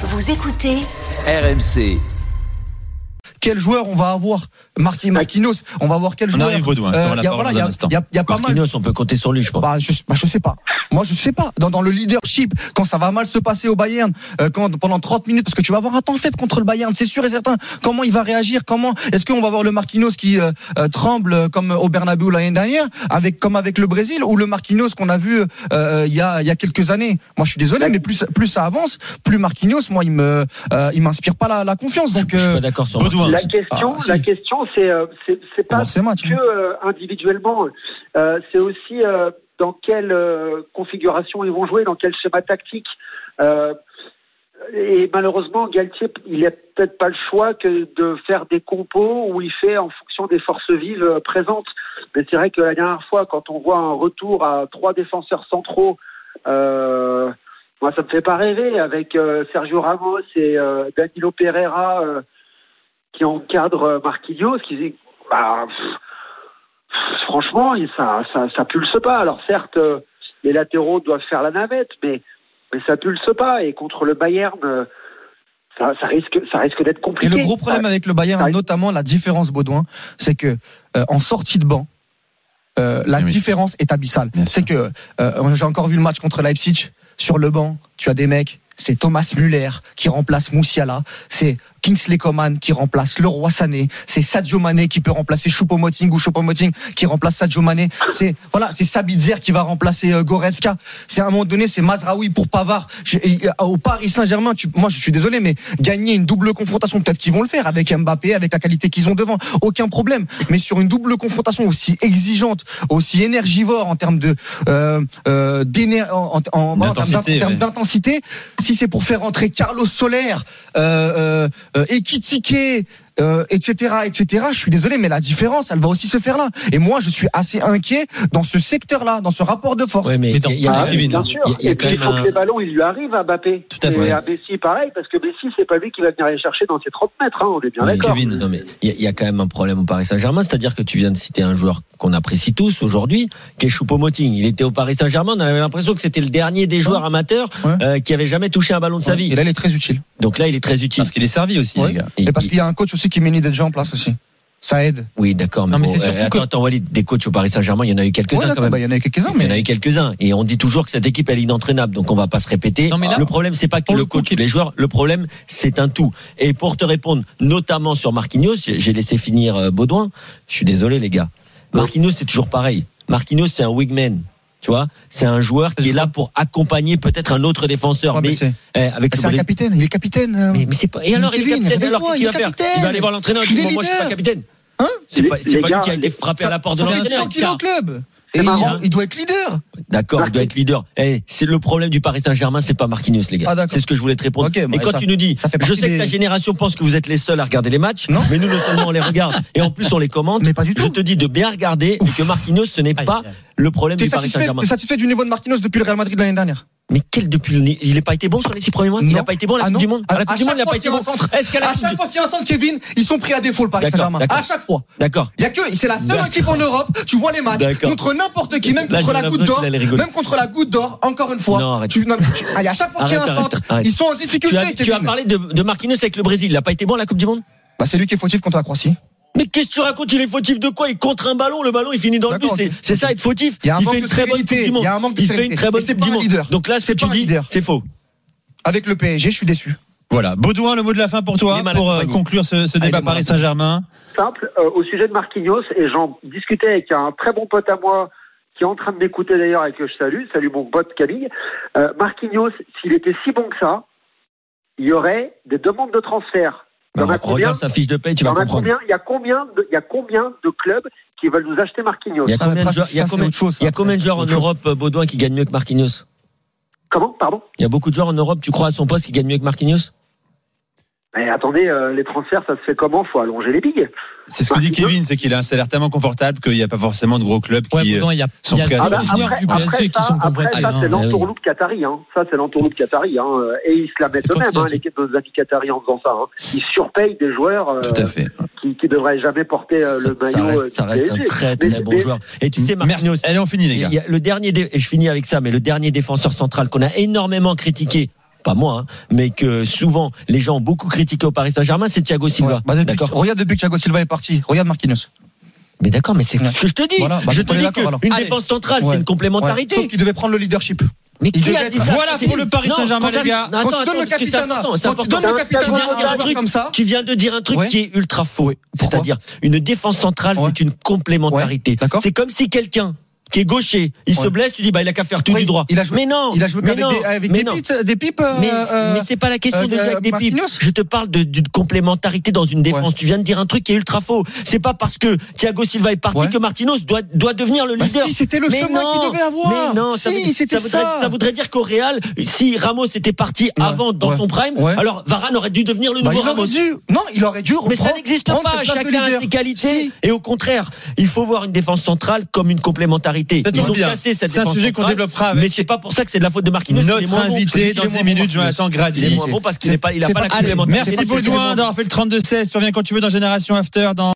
Vous écoutez RMC. quel joueur on va avoir Marquis Marquinhos on va voir quel On joueur Euh, arrive, Baudouin, je te rends la y a, parole voilà, dans y a- un instant. y a- y a pas mal Marquinhos, on peut compter sur lui, je pense. bah je, bah, je sais pas. Moi je sais pas. Dans, dans le leadership, quand ça va mal se passer au Bayern, euh, quand pendant 30 minutes, parce que tu vas avoir un temps faible contre le Bayern, c'est sûr et certain. Comment il va réagir Comment Est-ce qu'on va voir le Marquinhos qui euh, euh, tremble euh, comme au Bernabéu l'année dernière, avec comme avec le Brésil ou le Marquinhos qu'on a vu euh, euh, il y a il y a quelques années Moi je suis désolé, mais plus plus ça avance, plus Marquinhos, moi il me euh, il m'inspire pas la, la confiance. Donc Je suis euh, pas d'accord sur Baudouin. La question, Ah, si. Ah, la question, c'est euh, c'est- on c'est va pas voir ces matchs. que euh, individuellement, euh, c'est aussi euh, dans quelle euh, configuration ils vont jouer, dans quel schéma tactique. Euh, et malheureusement, Galtier, il n'a peut-être pas le choix que de faire des compos où il fait en fonction des forces vives euh, présentes. Mais c'est vrai que la dernière fois, quand on voit un retour à trois défenseurs centraux, euh, moi, ça me fait pas rêver avec euh, Sergio Ramos et euh, Danilo Pereira euh, qui encadrent euh, Marquinhos, qui, bah, pff, pff, franchement, il- ça, ça, ça pulse pas. Alors certes, euh, les latéraux doivent faire la navette, mais, mais ça pulse pas. Et contre le Bayern, euh, ça, ça risque, ça risque d'être Et compliqué. Ah, le gros problème avec le Bayern, Pareil. notamment la différence Baudouin, c'est que euh, en sortie de banc, euh, la Eh oui. différence est abyssale. Bien C'est que euh, j'ai encore vu le match contre Leipzig sur le banc. Tu as des mecs, c'est Thomas Müller qui remplace Moussiala, c'est Kingsley Coman qui remplace Leroy Sané, c'est Sadio Mané qui peut remplacer Choupo-Moting ou Choupo-Moting qui remplace Sadio Mané. C'est voilà, c'est Sabitzer qui va remplacer euh, Goretzka. C'est à un moment donné, c'est Mazraoui pour Pavard. Je- et, euh, au Paris Saint-Germain, tu- moi je suis désolé, mais gagner une double confrontation, peut-être qu'ils vont le faire avec Mbappé, avec la qualité qu'ils ont devant, aucun problème. Mais sur une double confrontation aussi exigeante, aussi énergivore en termes de euh, euh, d'éner- en, en- en- en termes d'int- D'intensité, termes ouais. d'intensité, si c'est pour faire entrer Carlos Soler, euh, euh, euh, Ekitike, euh, etc., etc. Je suis désolé, mais la différence, elle va aussi se faire là. Et moi, je suis assez inquiet dans ce secteur-là, dans ce rapport de force. Ouais, mais Mais dans- il y a- Ah, il y a- Kevin, bien sûr. il y a- il y a et quand puis, il même faut un- que les ballons, il lui arrive à Mbappé. Tout à fait. Et à Messi, pareil, parce que Messi, c'est pas lui qui va venir les chercher dans ses 30 mètres, hein, on est bien Oui, d'accord. Kevin. Non, mais il y, a- il y a quand même un problème au Paris Saint-Germain, c'est-à-dire que tu viens de citer un joueur qu'on apprécie tous aujourd'hui, qui est Choupo-Moting. Il était au Paris Saint-Germain, on avait l'impression que c'était le dernier des joueurs amateurs Ouais. euh, qui avait jamais touché un ballon de sa vie. Et là, il est très utile. Donc là, il est très utile. Parce qu'il est servi aussi, Ouais. les gars. Et parce qu'il y a un coach aussi qui met une idée de jeu en place aussi. Ça aide. Oui, d'accord. Non, mais bon, c'est surtout euh, attends, que- attends, Walid, des coachs au Paris Saint-Germain, il y en a eu Ouais, quelques-uns d'accord, quand même. bah, il y en a quelques-uns, Il y en a mais eu quelques-uns. Et on dit toujours que cette équipe, elle est inentraînable. Donc, on va pas se répéter. Non, mais là, le problème, c'est pas que pour le le coup, coach, qu'il- les joueurs. Le problème, c'est un tout. Et pour te répondre, notamment sur Marquinhos, j'ai j'ai laissé finir euh, Baudouin. Je suis désolé, les gars. Marquinhos, c'est toujours pareil. Marquinhos, c'est un wingman. Tu vois, c'est un joueur qui est là pour accompagner peut-être un autre défenseur. Ouais, mais mais c'est eh, avec mais Ah, le c'est un Brésil- capitaine. Il est capitaine. euh, mais, mais c'est pas. Et alors, il est Kevin, capitaine. réveille-toi, Alors, il qu'est-ce qu'il est va faire capitaine. Il va aller voir l'entraîneur. et Il dit, est Moi, je suis pas leader. capitaine. Hein C'est Les- pas, c'est les pas lui gars, qui a été les- frappé ça- à la porte de ça fait l'entraîneur. 100 kilos au club. Et il, marrant. il doit être leader. D'accord, il doit être leader. Eh, c'est le problème du Paris Saint-Germain, c'est pas Marquinhos, les gars. Ah, d'accord. c'est ce que je voulais te répondre. Ok, bah, et quand ça- tu nous dis, ça fait je partie sais que des- ta génération pense que vous êtes les seuls à regarder les matchs, Non. mais nous non seulement on les regarde et en plus on les commente. Mais pas du Je tout. te dis de bien regarder et que Marquinhos, ce n'est pas le problème T'es du Paris satisfait, Saint-Germain. t'es satisfait du niveau de Marquinhos depuis le Real Madrid l'année dernière Mais quel depuis le... Il n'a pas été bon sur les six premiers mois Il Non. n'a pas été bon à la Ah, Coupe non. du Monde. À À la Coupe du chaque Monde, il n'a fois pas été qu'il y a bon. un centre, Est-ce qu'à la À Coupe chaque du- fois qu'il y a un centre, Kevin, ils sont pris à défaut le Paris D'accord, Saint-Germain. d'accord. À chaque fois. D'accord. Il y a que c'est la seule D'accord. équipe en Europe. Tu vois les matchs D'accord. contre n'importe qui, même Là, contre j'ai la goutte l'impression d'or, qu'il allait rigoler. même contre la goutte d'or. Encore une Non, fois, arrête. tu, non, mais tu- allez, à chaque fois qu'il y a un Arrête, centre, arrête, arrête. ils sont en Tu difficulté. as, tu as Kevin. parlé de, de Marquinhos avec le Brésil. Il n'a pas été bon à la Coupe du Monde Bah, c'est lui qui est fautif contre la Croatie. Mais qu'est-ce que tu racontes Il est fautif de quoi Il contre un ballon, le ballon il finit dans le but. D'accord, C'est- ok. C'est ça être fautif. Il y a un manque fait une de très bonne sérénité, Coupe du Monde. il y a un manque de Il fait une sérénité. très bonne Et c'est Coupe du pas un Monde. leader. Donc là, ce que C'est tu pas un dis, leader. c'est faux. Avec le PSG, je suis déçu. Voilà. Baudouin, le mot de la fin pour Il est toi, mal pour euh, accompagné. conclure ce, Ah, il ce est débat mal Paris accompagné. Saint-Germain. simple euh, au sujet de Marquinhos et j'en discutais avec un très bon pote à moi qui est en train de m'écouter d'ailleurs et que je salue. Salut mon pote Camille. Euh, Marquinhos, s'il était si bon que ça, il y aurait des demandes de transfert. Il y en a Alors, combien Bah, Regarde sa fiche de paye, tu Il y vas en a comprendre. combien Il y a combien de- il y a combien de clubs qui veulent nous acheter Marquinhos Il y a Ah, mais combien de ça, joueurs- il y a ça, c'est combien- autre chose, il y a ça. combien de joueurs en Autre chose. Europe, euh, Baudouin, qui gagnent mieux que Marquinhos Comment Pardon Il y a beaucoup de joueurs en Europe, tu crois, à son poste, qui gagnent mieux que Marquinhos Mais attendez, euh, les transferts, ça se fait comment Faut allonger les billes. C'est ce que dit Marquinhos. Kevin, c'est qu'il a un salaire tellement confortable qu'il n'y a pas forcément de gros clubs Ouais, qui. euh, pourtant, il y a, sont il y a prêts à zéro Ah bah, joueur après, du après PSG ça, qui sont après convoités. ça, hein. c'est oui. l'entourloupe qatari. Hein. Ça, c'est l'entourloupe qatari. Hein. Et ils se la mettent C'est toi eux-mêmes, qui hein, l'as les nos amis qataris, en faisant ça. Hein. Ils surpayent des joueurs euh, Tout à fait. qui ne devraient jamais porter euh, Ça- le Ça maillot. euh, reste- du ça reste un PSG. très Mais- très bon mais- joueur. Et tu sais, Merci. eh, Marquinhos, Allez, on finit, les gars. Il y a le dernier, dé- et je finis avec ça, mais le dernier défenseur central qu'on a énormément critiqué pas moi, hein, mais que souvent les gens ont beaucoup critiqué au Paris Saint-Germain, c'est Thiago Silva. Ouais. Bah, depuis- d'accord. regarde depuis que Thiago Silva est parti, regarde Marquinhos. Mais d'accord, mais c'est Ouais. ce que je te dis. Voilà, bah, je donc te on est dis d'accord, alors. qu'une Allez. défense centrale, Ouais. c'est une Ouais. complémentarité. Sauf qu'il devait prendre le leadership. Mais Il qui devait a être- dit ça Voilà C'est- pour le Paris Non, Saint-Germain, quand ça- les gars. Non, Quand attends, tu donnes attends, le parce que c'est capitanat, important, c'est quand tu important. donnes le Non, capitanat il y a à un un joueur truc- comme ça, Tu viens de dire un truc Ouais. qui est ultra faux. Oui. Pourquoi C'est-à-dire, une défense centrale, Ouais. c'est une complémentarité. Ouais. D'accord. C'est comme si quelqu'un qui est gaucher, il se Ouais. blesse, tu dis, bah, il a qu'à faire tout Oui, du droit. il a joué- mais non. il a joué mais qu'avec non, des, avec mais des non. pipes, euh, des pipes, euh, Mais, euh, mais c'est pas la question euh, de jouer avec des pipes. Marquinhos Je te parle de- d'une complémentarité dans une défense. Ouais. Tu viens de dire un truc qui est ultra faux. C'est pas parce que Thiago Silva est parti Ouais. que Martinez doit, doit devenir le Bah leader. si, c'était le Mais chemin non, qu'il devait avoir. Mais non, ça, veut- si, c'était ça voudrait, ça. ça voudrait dire qu'au Real, si Ramos était parti avant dans ouais, son prime, ouais. alors Varane aurait dû devenir le Bah, nouveau il Ramos. aurait dû. Non, il aurait dû. Mais ça reprendre- n'existe prendre pas. cette place de Chacun a leader. ses qualités. Si. Et au contraire, il faut voir une défense centrale comme une complémentarité. Ça Ils tombe ont bien. cassé cette C'est un défense sujet qu'on centrale, développera Mais avec c'est pas pour ça que c'est de la faute de Marquinhos. il est notre moins bon. invité dans 10 minutes, Jonathan Il est Grady. moins bon parce qu'il C'est- n'a pas, il a c'est pas la pas- Allez, complémentarité. merci C'est- c'est- Baudouin d'avoir fait le 32-16. Tu reviens quand tu veux dans Génération After, dans